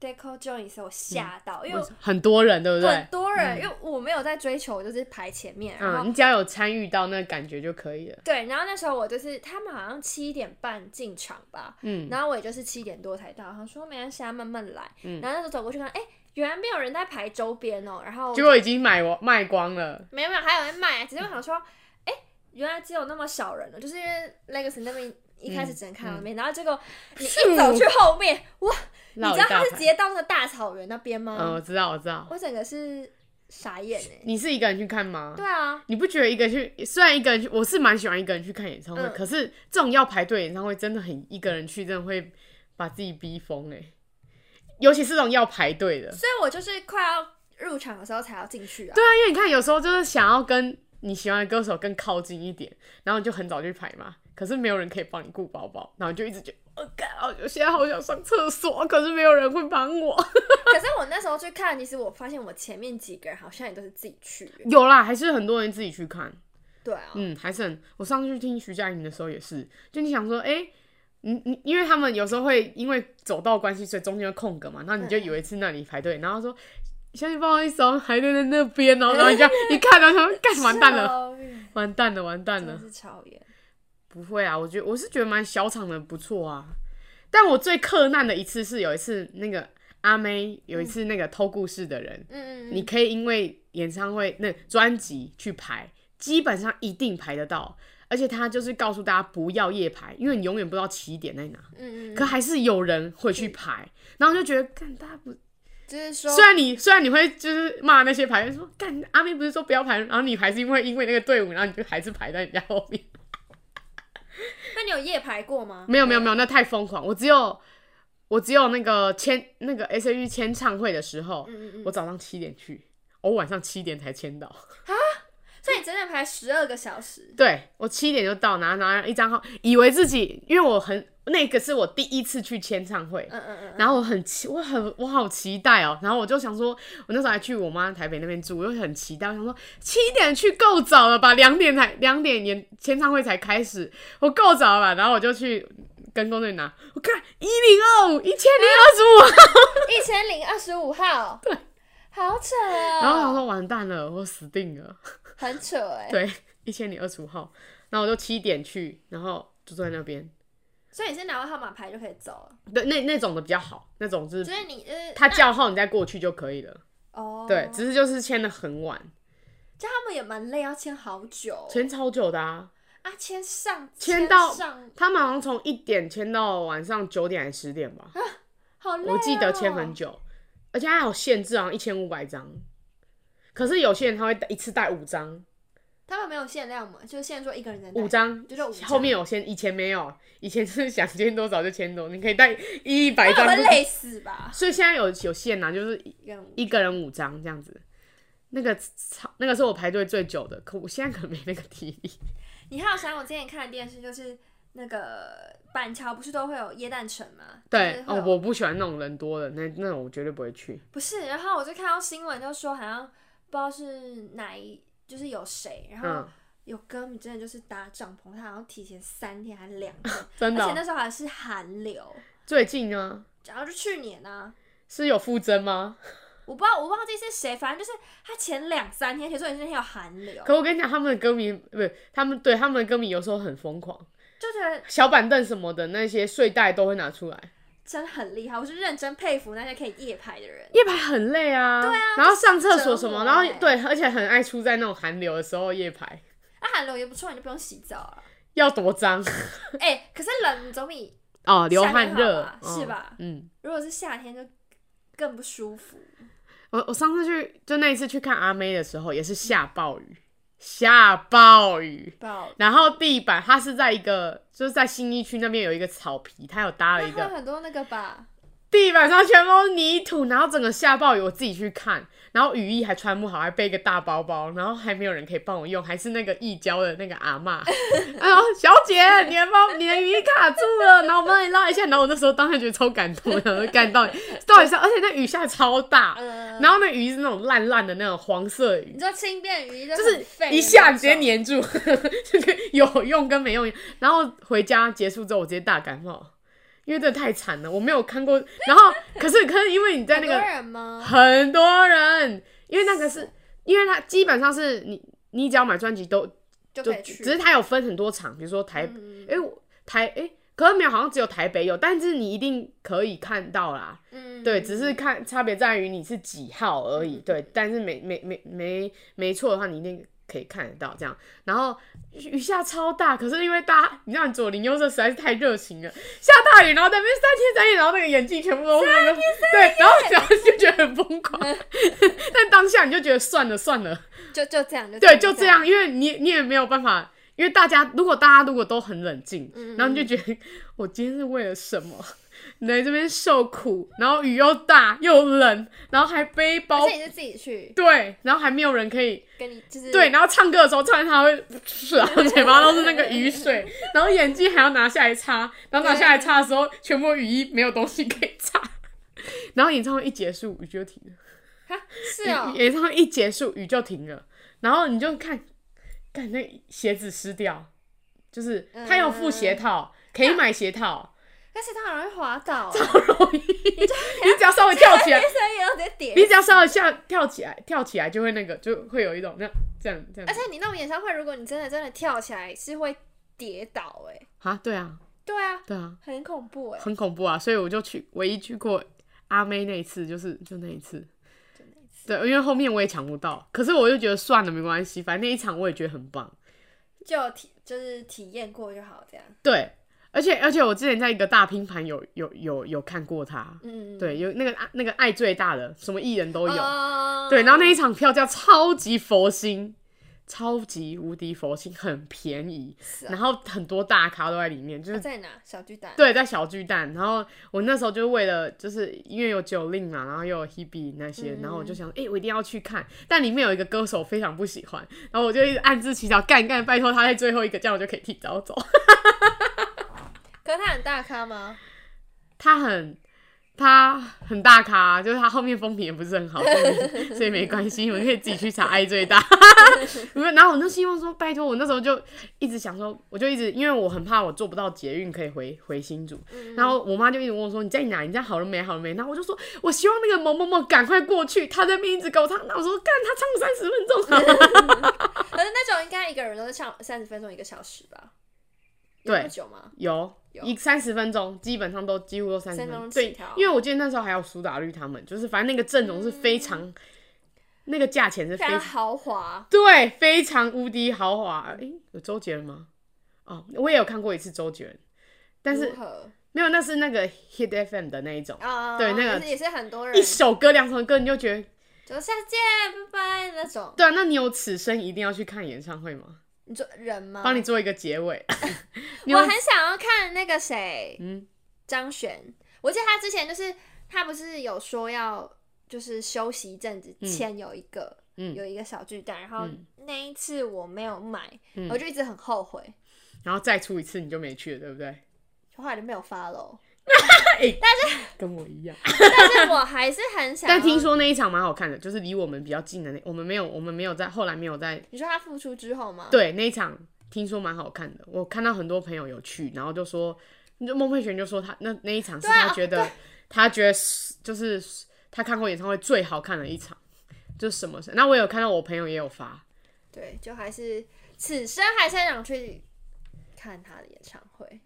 Speaker 4: Deco Jones，我吓到，因为
Speaker 3: 很多人嗯对不嗯
Speaker 4: 很
Speaker 3: 对？
Speaker 4: 多人，因为我没有在追求，我就是排前面，然后
Speaker 3: 嗯，你只要有参与到那个感觉就可以了。
Speaker 4: 对，然后那时候我就是他们好像七点半进场吧，
Speaker 3: 嗯
Speaker 4: 然后我也就是七点多才到，然后说没关系，啊，慢慢来。
Speaker 3: 嗯
Speaker 4: 然后那时候走过去看，哎、原来没有人在排周边哦，然后
Speaker 3: 结果已经买完卖光了，
Speaker 4: 没有没有，还有人卖，只是我想说，哎、原来只有那么少人了，哦就是因为 Legacy 那边
Speaker 3: 嗯
Speaker 4: 一开始只能看到那边，然后结果你一走去后面，哇，你
Speaker 3: 绕
Speaker 4: 知
Speaker 3: 一
Speaker 4: 道
Speaker 3: 大
Speaker 4: 他是
Speaker 3: 排
Speaker 4: 直接到那个大草原那边吗？
Speaker 3: 嗯，我知道，我知道。
Speaker 4: 我整个是傻眼哎、
Speaker 3: 你是一个人去看吗？
Speaker 4: 对啊，
Speaker 3: 你不觉得一个人去，虽然一个人去，我是蛮喜欢一个人去看演唱会，
Speaker 4: 嗯
Speaker 3: 可是这种要排队演唱会，真的很一个人去，真的会把自己逼疯哎、尤其是这种要排队的，
Speaker 4: 所以我就是快要入场的时候才要进去啊。
Speaker 3: 对啊，因为你看，有时候就是想要跟你喜欢的歌手更靠近一点，然后你就很早去排嘛。可是没有人可以帮你顾包包，然后你就一直觉得，我、哦、干，我现在好想上厕所，可是没有人会帮我。
Speaker 4: 可是我那时候去看，其实我发现我前面几个人好像也都是自己去的。
Speaker 3: 有啦，还是很多人自己去看，
Speaker 4: 对啊，
Speaker 3: 嗯，还是很。我上次去听徐佳莹的时候也是，就你想说，哎、你你，因为他们有时候会因为走道关系，所以中间会空格嘛，然后你就以为是那里排队，然后说。小姐，不好意思哦，排队在那边哦，然后你就一看，然后想说干完蛋了，
Speaker 4: 超远，
Speaker 3: 完蛋了，完蛋
Speaker 4: 哦嗯真
Speaker 3: 了
Speaker 4: 的。是超远。
Speaker 3: 不会啊，我觉得我是觉得蛮小场的不错啊。但我最克难的一次是有一次那个阿妹有一次那个偷故事的人，
Speaker 4: 嗯嗯
Speaker 3: 你可以因为演唱会那专辑去排，基本上一定排得到，而且他就是告诉大家不要夜排，因为你永远不知道起点在哪。
Speaker 4: 嗯嗯，
Speaker 3: 可还是有人会去排，然后就觉得干大家不，
Speaker 4: 就是说
Speaker 3: 虽然你虽然你会就是骂那些排员说干阿妹不是说不要排，然后你还是因为因为那个队伍，然后你就还是排在人家后面。
Speaker 4: 那你有夜排过吗？
Speaker 3: 没有没有没有，那太疯狂。我只有我只有那个签那个 S H E 签唱会的时候，
Speaker 4: 嗯嗯嗯，
Speaker 3: 我早上七点去，我晚上七点才签到。
Speaker 4: 所以你整整排十二个小时，
Speaker 3: 对我七点就到，然后拿一张号，以为自己因为我很那个是我第一次去签唱会，
Speaker 4: 嗯嗯嗯嗯，
Speaker 3: 然后我很期，我很我好期待哦、然后我就想说，我那时候还去我妈台北那边住，我就很期待，我想说七点去够早了吧，两点才两点演签唱会才开始，我够早了吧。然后我就去跟工作人员拿，我看一零二五一千零二 十五，
Speaker 4: 一千零二十五号，对，好扯哦，
Speaker 3: 然后我想说完蛋了，我死定了。
Speaker 4: 很扯哎，
Speaker 3: 对，一千零二十五号，然后我就七点去，然后就坐在那边。
Speaker 4: 所以你是拿到号码牌就可以走了，
Speaker 3: 对，那那种的比较好，那种就
Speaker 4: 就是是你呃，
Speaker 3: 嗯他叫号你再过去就可以了。
Speaker 4: 哦，
Speaker 3: 对，只是就是签的很晚，
Speaker 4: 这样他们也蛮累，要签好久
Speaker 3: 签超久的啊。
Speaker 4: 啊，签上
Speaker 3: 签到
Speaker 4: 上，
Speaker 3: 他们好像从一点签到晚上九点还是十点吧，
Speaker 4: 好累、哦，
Speaker 3: 我记得签很
Speaker 4: 哦
Speaker 3: 久，而且还有限制，好啊像一千五百张。可是有些人他会一次带五张，
Speaker 4: 他们没有限量嘛，就是限说一个人能带
Speaker 3: 五，张
Speaker 4: 就是五，张
Speaker 3: 后面有限，以前没有，以前是想签多少就签多少，你可以带一百
Speaker 4: 他
Speaker 3: 张
Speaker 4: 们。累死吧？
Speaker 3: 所以现在有有限呐、就是一
Speaker 4: 一个人五
Speaker 3: 一个人五张这样子。那个超那个是我排队最久的，可我现在可能没那个体力。
Speaker 4: 你还有想我之前看的电视，就是那个板桥不是都会有椰蛋城吗？
Speaker 3: 对
Speaker 4: 就是会
Speaker 3: 哦
Speaker 4: 有，
Speaker 3: 我不喜欢那种人多的，那那种我绝对不会去。
Speaker 4: 不是，然后我就看到新闻就说好像不知道是哪一，就是有谁，然后
Speaker 3: 嗯，
Speaker 4: 有歌迷真的就是搭帐篷，他好像提前三天还是两 天，
Speaker 3: 真的
Speaker 4: 而
Speaker 3: 哦、
Speaker 4: 且那时候还是寒流，
Speaker 3: 最近呢
Speaker 4: 然后就去年啊。
Speaker 3: 是有附增吗？
Speaker 4: 我不知道，我忘记是谁，反正就是他前两三天，其实那天有寒流，
Speaker 3: 可我跟你讲，他们的歌迷不是他们对他们的歌迷有时候很疯狂，
Speaker 4: 就觉得
Speaker 3: 小板凳什么的那些睡袋都会拿出来。
Speaker 4: 真的很厉害。我是认真佩服那些可以夜排的人。
Speaker 3: 夜排很累啊，对
Speaker 4: 啊
Speaker 3: 然后上厕所什么，
Speaker 4: 就是折磨
Speaker 3: 然后
Speaker 4: 欸
Speaker 3: 对，而且很爱出在那种寒流的时候夜排，
Speaker 4: 啊，寒流也不错，你就不用洗澡啊了。
Speaker 3: 要多 脏
Speaker 4: 哎、可是冷总比
Speaker 3: 哦，流汗热
Speaker 4: 夏天好吧啊是吧？
Speaker 3: 嗯，
Speaker 4: 如果是夏天就更不舒服。
Speaker 3: 我我上次去就那一次去看阿妹的时候，也是下暴雨，下暴雨。
Speaker 4: 爆，
Speaker 3: 然后地板它是在一个，就是在新一区那边有一个草皮，它有搭了
Speaker 4: 那
Speaker 3: 一
Speaker 4: 还
Speaker 3: 个
Speaker 4: 有很多那个吧，
Speaker 3: 地板上全都是泥土，然后整个下暴雨，我自己去看，然后雨衣还穿不好，还背一个大包包，然后还没有人可以帮我用，还是那个义交的那个阿嬷， 哎呦，小姐，你的包，你的雨衣卡住了，然后我帮你拉一下，然后我那时候当然觉得超感动，然后干到底到底是，而且那雨下超大，
Speaker 4: 嗯
Speaker 3: 然后那雨衣是那种烂烂的那种黄色雨
Speaker 4: 你，知道轻便雨衣就
Speaker 3: 就
Speaker 4: 很
Speaker 3: 是
Speaker 4: 废的
Speaker 3: 一下
Speaker 4: 那
Speaker 3: 直接
Speaker 4: 种，
Speaker 3: 粘住， 这个有用跟没用。然后回家结束之后，我直接大感冒，因为这太惨了，我没有看过。然后可是可是因为你在那
Speaker 4: 很多
Speaker 3: 个
Speaker 4: 人吗？
Speaker 3: 很多人，因为那个是因为它基本上是你你只要买专辑都
Speaker 4: 就
Speaker 3: 就
Speaker 4: 可以去。
Speaker 3: 只是它有分很多场，比如说台
Speaker 4: 嗯
Speaker 3: 哎我台哎。可是没有，好像只有台北有，但是你一定可以看到啦。
Speaker 4: 嗯
Speaker 3: 对，只是看差别在于你是几号而已。
Speaker 4: 嗯
Speaker 3: 对，但是没没没没没错的话，你一定可以看得到这样。然后雨雨下超大，可是因为大家，你知道左邻右舍实在是太热情了，下大雨，然后在那边三天三夜，然后那个眼镜全部都是那个，对，然后然后就觉得很疯狂。
Speaker 4: 嗯
Speaker 3: 但当下你就觉得算了算了，
Speaker 4: 就就这样，就
Speaker 3: 对，就这。样，因为你你也没有办法。因为大家如果大家如果都很冷静，
Speaker 4: 嗯
Speaker 3: 然后你就觉得我今天是为了什么来这边受苦，然后雨又大又冷，然后还背包
Speaker 4: 而，且你是自己去，
Speaker 3: 对，然后还没有人可以
Speaker 4: 跟你就是
Speaker 3: 对，然后唱歌的时候突然他会，然后嘴巴都是那个雨水，然后眼睛还要拿下来擦，然后拿下来擦的时候，全部雨衣没有东西可以擦， 然后演唱会一结束雨就停了。
Speaker 4: 哈是哦，
Speaker 3: 演唱会一结束，雨就停了，然后你就看，看那鞋子湿掉，就是他要附鞋套，可以买鞋套，
Speaker 4: 但是他好容易滑倒 啊，
Speaker 3: 好容易，你只要稍微跳起来，
Speaker 4: 所以也要直接跌
Speaker 3: 你只要稍微下跳起来，跳起来就会那个，就会有一种那样这样这
Speaker 4: 而
Speaker 3: 样
Speaker 4: 且你那种演唱会，如果你真的真的跳起来，是会跌倒哎、
Speaker 3: 啊，对啊，
Speaker 4: 对啊，
Speaker 3: 对啊，
Speaker 4: 很恐怖哎、
Speaker 3: 很恐怖啊，所以我就去唯一去过阿妹那一次，就是就那一次。对，因为后面我也抢不到，可是我就觉得算了，没关系，反正那一场我也觉得很棒。
Speaker 4: 就有体就是体验过就好，这样。
Speaker 3: 对，而且而且我之前在一个大拼盘有有有有看过他，
Speaker 4: 嗯，
Speaker 3: 对，有那个爱那个爱最大的什么艺人都有，
Speaker 4: 哦
Speaker 3: 对，然后那一场票价超级佛心，超级无敌佛心，很便宜，
Speaker 4: 是
Speaker 3: 然
Speaker 4: 啊
Speaker 3: 后很多大咖都在里面，就是
Speaker 4: 在哪？小巨蛋。，
Speaker 3: 嗯对，在小巨蛋。然后我那时候就为了，就是因为有九令嘛，然后又有 Hebe 那些，然后
Speaker 4: 嗯
Speaker 3: 我就想，哎、我一定要去看。但里面有一个歌手非常不喜欢，然后我就一直暗自祈祷，干干，拜托他在最后一个，这样我就可以提早走。
Speaker 4: 可是他很大咖吗？
Speaker 3: 他很。他很大咖、就是他后面风评也不是很好，所以所以没关系，你们可以自己去查爱最大。没有，然后我就希望说，拜托，我那时候就一直想说，我就一直因为我很怕我做不到捷运可以回回新竹，然后我妈就一直问我说你在哪？你这样好了没？好了没？然后我就说我希望那个某某某赶快过去，他在那边一直给我唱，那我说干他唱三十分钟好了，
Speaker 4: 可是那种应该一个人都是唱三十分钟一个小时吧？有那
Speaker 3: 对
Speaker 4: 么久吗？
Speaker 3: 有
Speaker 4: 有
Speaker 3: 一三十分钟，基本上都几乎都三十分
Speaker 4: 30
Speaker 3: 钟。
Speaker 4: 分钟
Speaker 3: 对
Speaker 4: 起跳，
Speaker 3: 因为我记得那时候还有苏打绿他们，就是反正那个阵容是非常，
Speaker 4: 嗯
Speaker 3: 那个价钱是非
Speaker 4: 非
Speaker 3: 常
Speaker 4: 常豪华。
Speaker 3: 对，非常无敌豪华。诶、有周杰伦吗？哦，我也有看过一次周杰伦，但是
Speaker 4: 如何
Speaker 3: 没有，那是那个 Hit FM 的那一种，
Speaker 4: 啊？
Speaker 3: 对那个
Speaker 4: 就是也是很多人，
Speaker 3: 一首歌两首歌你就觉得，
Speaker 4: 就下次见，拜拜那种。
Speaker 3: 对啊，那你有此生一定要去看演唱会吗？
Speaker 4: 你说人吗？
Speaker 3: 帮你做一个结尾。 你有
Speaker 4: 哦 我很想要看那个谁，
Speaker 3: 嗯
Speaker 4: 张悬。我记得他之前就是他不是有说要就是休息一阵子，
Speaker 3: 嗯
Speaker 4: 前有一个、
Speaker 3: 嗯，
Speaker 4: 有一个小巨蛋，然后
Speaker 3: 嗯
Speaker 4: 那一次我没有买，
Speaker 3: 嗯
Speaker 4: 我就一直很后悔，
Speaker 3: 然后再出一次你就没去了，对不对？
Speaker 4: 后来就没有 follow。
Speaker 3: 跟我一样。
Speaker 4: 但是我还是很想要。
Speaker 3: 但听说那一场蛮好看的，就是离我们比较近的那，我们没有，我们没有在后来没有在
Speaker 4: 你说他复出之后吗？，
Speaker 3: 对那一场听说蛮好看的，我看到很多朋友有去，然后就说，就孟佩璇就说他那那一场是
Speaker 4: 对啊
Speaker 3: 他觉得、他觉得是就是他看过演唱会最好看的一场，就是什么事？那我有看到我朋友也有发，
Speaker 4: 对，就还是此生还是很想去看他的演唱会。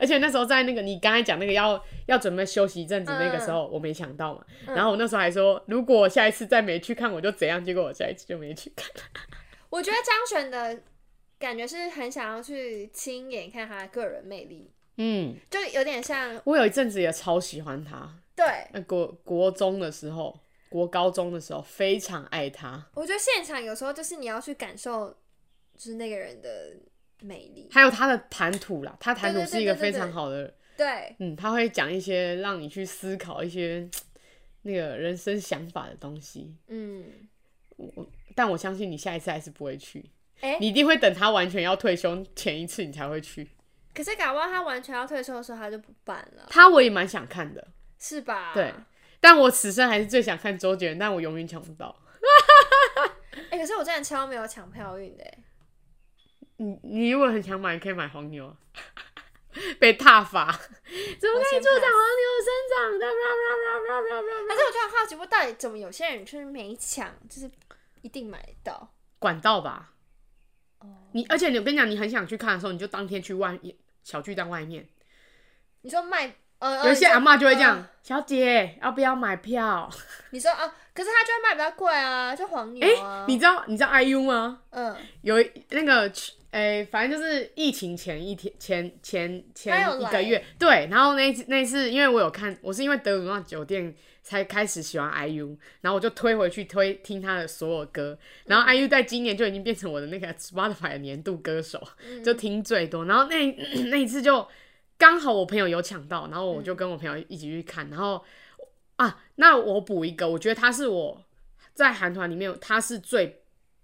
Speaker 3: 而且那时候在那个你刚才讲那个要要准备休息一阵子那个时
Speaker 4: 嗯
Speaker 3: 候，我没想到嘛，然后我那时候还说如果我下一次再没去看我就怎样，结果我下一次就没去看，
Speaker 4: 我觉得张悬的感觉是很想要去亲眼看他的个人魅力，
Speaker 3: 嗯，
Speaker 4: 就有点像
Speaker 3: 我有一阵子也超喜欢他，
Speaker 4: 对。
Speaker 3: 呃国国中的时候。国高中的时候非常爱他，
Speaker 4: 我觉得现场有时候就是你要去感受，就是那个人的魅力。
Speaker 3: 还有他的谈吐啦，他谈吐
Speaker 4: 对对对
Speaker 3: 是一个
Speaker 4: 对对
Speaker 3: 非常好的，
Speaker 4: 对，
Speaker 3: 嗯，他会讲一些让你去思考一些嘖那个人生想法的东西。
Speaker 4: 嗯，
Speaker 3: 但我相信你下一次还是不会去，
Speaker 4: 哎、
Speaker 3: 你一定会等他完全要退休前一次你才会去。
Speaker 4: 可是搞不好他完全要退休的时候他就不办了，
Speaker 3: 他我也蛮想看的，
Speaker 4: 是吧？
Speaker 3: 对但我此生还是最想看周杰伦，但我永远抢不到。
Speaker 4: 哎、可是我真的超没有抢票运的、哎
Speaker 3: 你你如果很想买，你可以买黄牛啊，被踏伐，怎么可以助长黄牛生长？
Speaker 4: 可是我就很好奇，我到底怎么有些人就是没抢，就是一定买得到？
Speaker 3: 管道吧。
Speaker 4: 哦，
Speaker 3: 你而且你我跟你讲，你很想去看的时候，你就当天去外小巨蛋外面，
Speaker 4: 你说卖呃，呃
Speaker 3: 有一些阿嬷就会这样，
Speaker 4: 哦你说
Speaker 3: 小姐要不要买票？
Speaker 4: 呃你说啊，可是他就会卖比较贵啊，就黄
Speaker 3: 哎、
Speaker 4: 牛啊。
Speaker 3: 你知道你知道 IU 吗？
Speaker 4: 嗯，
Speaker 3: 有一那个去，哎、反正就是疫情前一天前前前
Speaker 4: 他有
Speaker 3: 一
Speaker 4: 来
Speaker 3: 个月，对，然后那一次那一次因为我有看，我是因为德鲁纳酒店才开始喜欢 IU，然后我就推回去推听他的所有歌，然后
Speaker 4: 嗯
Speaker 3: IU 在今年就已经变成我的那个 Spotify 的年度歌手，
Speaker 4: 嗯
Speaker 3: 就听最多，然后那 那一次就刚好我朋友有抢到，然后我就
Speaker 4: 嗯
Speaker 3: 跟我朋友一起去看，然后啊，那我补一个，我觉得他是我在韩团里面他是最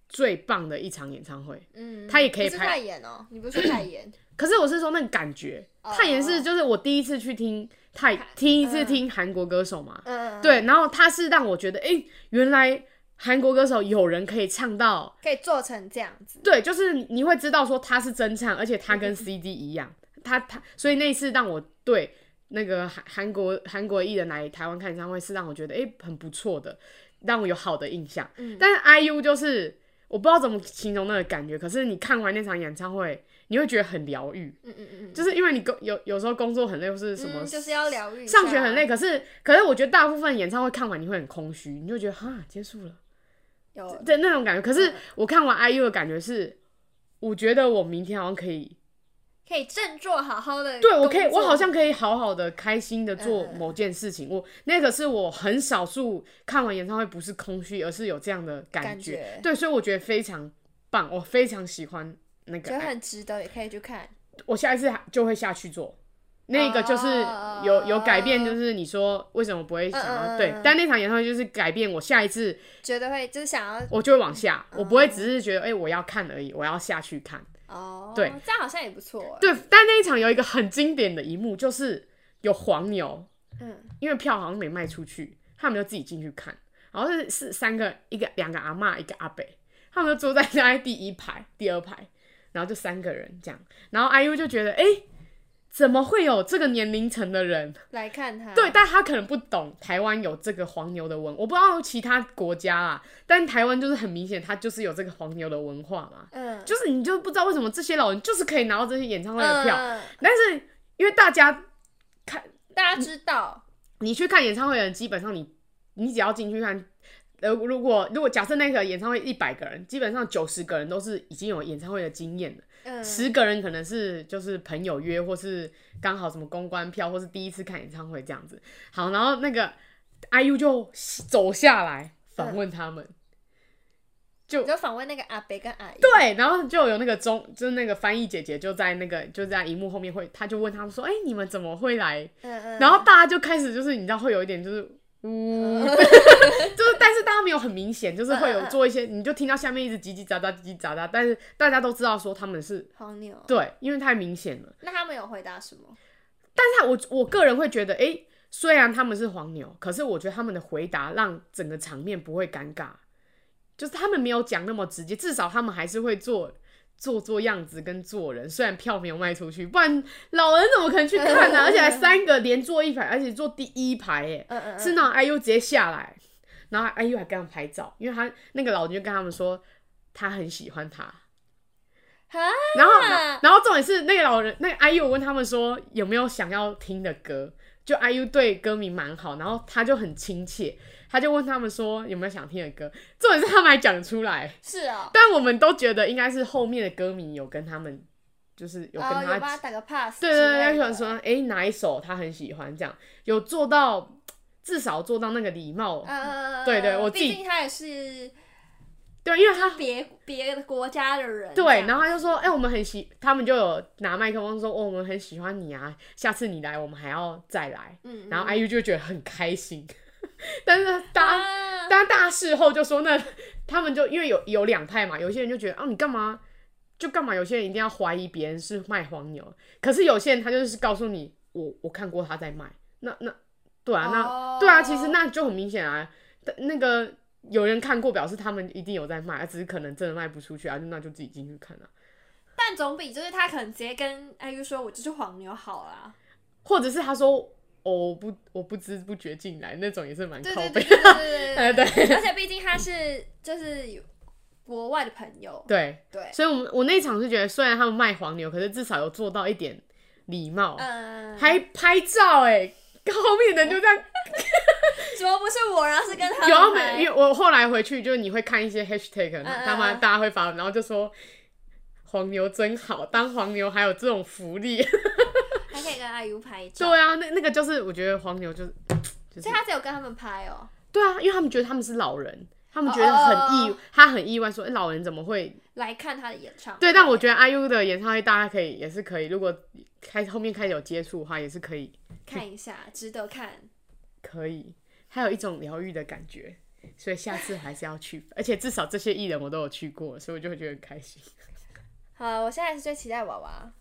Speaker 3: 最棒的一场演唱会。
Speaker 4: 嗯，
Speaker 3: 他也可以
Speaker 4: 不是
Speaker 3: 拍
Speaker 4: 代言哦，你不是说 代言？
Speaker 3: 可是我是说那个感觉，
Speaker 4: 哦
Speaker 3: 泰妍是就是我第一次去听泰听一次
Speaker 4: 嗯
Speaker 3: 听韩国歌手嘛，
Speaker 4: 嗯，，
Speaker 3: 对，然后他是让我觉得，诶，原来韩国歌手有人可以唱到，
Speaker 4: 可以做成这样子。
Speaker 3: 对，就是你会知道说他是真唱，而且
Speaker 4: 嗯
Speaker 3: 他跟 CD 一样，他他所以那一次让我对那个韩韩国韩国艺人来台湾看演唱会是让我觉得诶很不错的，让我有好的印象。
Speaker 4: 嗯
Speaker 3: 但是 IU 就是我不知道怎么形容那个感觉，可是你看完那场演唱会，你会觉得很疗愈。
Speaker 4: 嗯嗯嗯，
Speaker 3: 就是因为你工有有时候工作很累，或是什么、
Speaker 4: 嗯就是要疗愈一下，
Speaker 3: 上学很累，可是可是我觉得大部分演唱会看完你会很空虚，你就觉得哈结束了，
Speaker 4: 有
Speaker 3: 对那种感觉。可是
Speaker 4: 嗯
Speaker 3: 我看完 IU 的感觉是，我觉得我明天好像可以，
Speaker 4: 可以振哎作，好好的。
Speaker 3: 对我可以，我好像可以好好的、开心的做
Speaker 4: 嗯
Speaker 3: 某件事情。我那个是我很少数看完演唱会不是空虚，而是有这样的感
Speaker 4: 感
Speaker 3: 觉。
Speaker 4: 觉
Speaker 3: 对，所以我觉得非常棒，我非常喜欢那
Speaker 4: 觉得
Speaker 3: 个。
Speaker 4: 很值得，也可以去看。
Speaker 3: 我下一次就会下去做。那个就是有有改变，就是你说为什么不会想
Speaker 4: 啊嗯嗯
Speaker 3: 要
Speaker 4: 嗯
Speaker 3: 对
Speaker 4: 嗯，
Speaker 3: 但那场演唱会就是改变我下一次
Speaker 4: 觉得会就是想要
Speaker 3: 我就会往下，
Speaker 4: 嗯
Speaker 3: 我不会只是觉得哎、我要看而已，我要下去看。
Speaker 4: 哦，
Speaker 3: 对，
Speaker 4: 这样好像也不错。，
Speaker 3: 对，但那一场有一个很经典的一幕，就是有黄牛，
Speaker 4: 嗯，
Speaker 3: 因为票好像没卖出去，他们就自己进去看，然后是是三个，一个两个阿嬷，一个阿伯，他们就坐在大概第一排、第二排，然后就三个人这样，然后 IU 就觉得哎。怎么会有这个年龄层的人？
Speaker 4: 来看他。
Speaker 3: 对，，但他可能不懂台湾有这个黄牛的文，我不知道其他国家啊，但台湾就是很明显，它就是有这个黄牛的文化嘛。
Speaker 4: 嗯，
Speaker 3: 就是你就不知道为什么这些老人就是可以拿到这些演唱会的票，
Speaker 4: 嗯，
Speaker 3: 但是因为大家
Speaker 4: 大家知道，
Speaker 3: 你去看演唱会的人，基本上你你只要进去看，呃，如果如果假设那个演唱会一百个人，基本上九十个人都是已经有演唱会的经验了，
Speaker 4: 嗯，
Speaker 3: 十、个人可能是就是朋友约，或是刚好什么公关票，或是第一次看演唱会这样子。好，然后那个 IU 就走下来访问他们。
Speaker 4: 你就访问那个阿伯跟阿姨。
Speaker 3: 对，然后就有那个中，就是那个翻译姐姐就在那个就在荧幕后面会，她就问他们说：“哎、你们怎么会来
Speaker 4: 嗯嗯，
Speaker 3: 然后大家就开始就是你知道会有一点就是。 呜，就是，但是大家没有很明显，就是会有
Speaker 4: 嗯嗯嗯
Speaker 3: 做一些，你就听到下面一直叽叽喳喳、叽叽喳喳，但是大家都知道说他们是
Speaker 4: 黄牛，
Speaker 3: 对，因为太明显了。
Speaker 4: 哦那他们有回答什 么？
Speaker 3: 但是我我个人会觉得，诶，虽然他们是黄牛，可是我觉得他们的回答让整个场面不会尴尬，就是他们没有讲那么直接，至少他们还是会做做做样子跟做人。虽然票没有卖出去，不然老人怎么可能去看啊呢、而且还三个连坐一排，而且坐第一排、耶。
Speaker 4: 嗯嗯，嗯
Speaker 3: 是那种 IU 直接下来，然后 IU 还跟他们拍照，因为他那个老人就跟他们说他很喜欢他，
Speaker 4: 哈，
Speaker 3: 然后然后重点是那个老人，那个 IU 问他们说有没有想要听的歌，就 IU 对歌迷蛮好，然后他就很亲切，他就问他们说有没有想听的歌，重点是他们还讲出来，
Speaker 4: 是哦，
Speaker 3: 但我们都觉得应该是后面的歌迷有跟他们，就是呃有跟
Speaker 4: 哦，有
Speaker 3: 他
Speaker 4: 帮他打个 pass，
Speaker 3: 对对对，
Speaker 4: 之类
Speaker 3: 喜
Speaker 4: 的
Speaker 3: 欢说，哎、哪一首他很喜欢，这样有做到，至少做到那个礼貌。
Speaker 4: 呃，
Speaker 3: 嗯对对我自己
Speaker 4: 毕竟他也是
Speaker 3: 对，因为他
Speaker 4: 别别的国家的人，这
Speaker 3: 对，
Speaker 4: 样
Speaker 3: 然后他就说，哎、我们很喜，他们就有拿麦克风说，哦，我们很喜欢你啊，下次你来，我们还要再来。
Speaker 4: 嗯，
Speaker 3: 然后
Speaker 4: 嗯
Speaker 3: IU 就觉得很开心， 但是大家，
Speaker 4: 啊
Speaker 3: 但大事后就说那，他们就因为有有两派嘛，有些人就觉得，啊，你干嘛？就干嘛？有些人一定要怀疑别人是卖黄牛，可是有些人他就是告诉你，我我看过他在卖，那那对啊，那、
Speaker 4: 哦
Speaker 3: 对啊，其实那就很明显啊，但那个有人看过，表示他们一定有在卖，啊只是可能真的卖不出去啊，那就自己进去看啊。
Speaker 4: 但总比就是他可能直接跟 IU 说我就是黄牛好啦，
Speaker 3: 或者是他说、哦、我不我不知不觉进来那种也是蛮
Speaker 4: 对
Speaker 3: 靠
Speaker 4: 对
Speaker 3: 背
Speaker 4: 对，对对
Speaker 3: 哎
Speaker 4: 对
Speaker 3: 对
Speaker 4: 对，而且毕竟他是就是有国外的朋友，
Speaker 3: 对，
Speaker 4: 对，
Speaker 3: 所以我们我那一场是觉得虽然他们卖黄牛，可是至少有做到一点礼貌，
Speaker 4: 嗯，
Speaker 3: 还拍照哎、后面的人就这样，
Speaker 4: 怎么不是我，然后是跟他
Speaker 3: 有他
Speaker 4: 们拍
Speaker 3: 们，因为我后来回去就是你会看一些 hashtag，
Speaker 4: 嗯嗯
Speaker 3: 他们
Speaker 4: 嗯
Speaker 3: 大家会发，然后就说黄牛真好，当黄牛还有这种福利，
Speaker 4: 还可以跟 IU 拍照，
Speaker 3: 对啊，那那个就是我觉得黄牛就是就是
Speaker 4: 所以他只有跟他们拍哦，
Speaker 3: 对啊，因为他们觉得他们是老人，他们觉得很意
Speaker 4: 哦
Speaker 3: 他很意外说、哎老人怎么会
Speaker 4: 来看他的演唱会，
Speaker 3: 对，但我觉得 IU 的演唱会大家可以也是可以，如果开后面开始有接触的话，也是可以
Speaker 4: 看一下，值得看，
Speaker 3: 可以，还有一种疗愈的感觉，所以下次还是要去，而且至少这些艺人我都有去过，所以我就会觉得很开心。
Speaker 4: 好，我现在是最期待娃娃，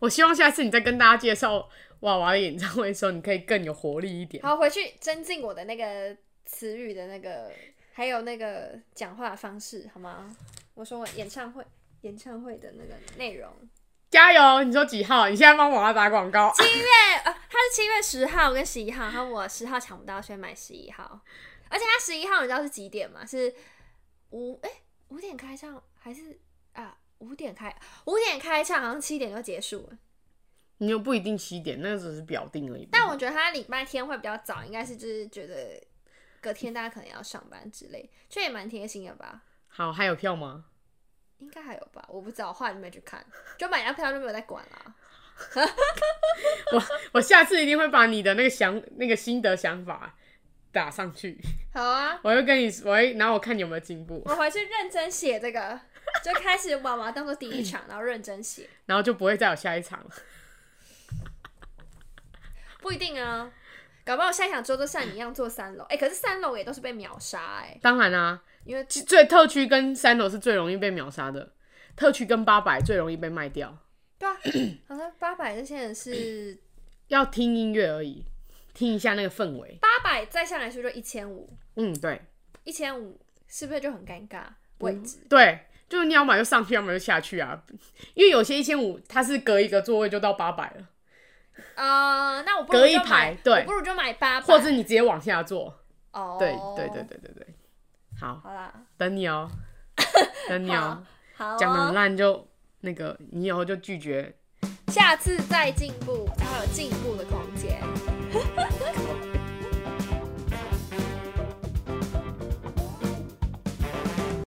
Speaker 3: 我希望下次你在跟大家介绍娃娃的演唱会的时候，你可以更有活力一点。
Speaker 4: 好，回去增进我的那个词语的那个，还有那个讲话方式，好吗？我说我演唱会演唱会的那个内容，
Speaker 3: 加油！你说几号？你现在帮娃娃打广告。
Speaker 4: 对啊，他是七月十号跟十一号，然后我十号抢不到，所以买十一号。而且他十一号你知道是几点吗？是五哎五点开唱还是啊五点开五点开唱，好像七点就结束了。
Speaker 3: 你又不一定七点，那个只是表定而已。
Speaker 4: 但我觉得他礼拜天会比较早，应该是就是觉得隔天大家可能要上班之类，这也蛮贴心的吧。
Speaker 3: 好，还有票吗？
Speaker 4: 应该还有吧，我不知道，后来就没去看，就买张票就没有再管了、
Speaker 3: 我下次一定会把你的那个想那个心得想法打上去，
Speaker 4: 好啊，
Speaker 3: 我会跟你，我会，然后我看你有没有进步，
Speaker 4: 我回去认真写这个，就开始把娃当做第一场，然后认真写，
Speaker 3: 然后就不会再有下一场了。
Speaker 4: 不一定啊，搞不好下一场之后都像你一样坐三楼，哎、可是三楼也都是被秒杀哎、
Speaker 3: 当然啊啦、
Speaker 4: 因为
Speaker 3: 其最特区跟三楼是最容易被秒杀的，特区跟八百最容易被卖掉，
Speaker 4: 对啊， 好像八百这些人是
Speaker 3: 要听音乐而已，听一下那个氛围。
Speaker 4: 八百，再下来是不是就一千五，
Speaker 3: 嗯，对
Speaker 4: 一千五是不是就很尴尬位置？
Speaker 3: 对，就是你要么就上去，要么就下去啊，因为有些一千五它是隔一个座位就到八百了，
Speaker 4: 呃，那我不如
Speaker 3: 隔一
Speaker 4: 就买
Speaker 3: 排对
Speaker 4: 我不如就买八百，
Speaker 3: 或者你直接往下坐。
Speaker 4: 哦，
Speaker 3: 对对对，对对对，好，
Speaker 4: 好啦，
Speaker 3: 等你 哦，等你哦，
Speaker 4: 好、哦，
Speaker 3: 讲的烂就那个，你以后就拒绝
Speaker 4: 下次再进步，然后有进步的空间。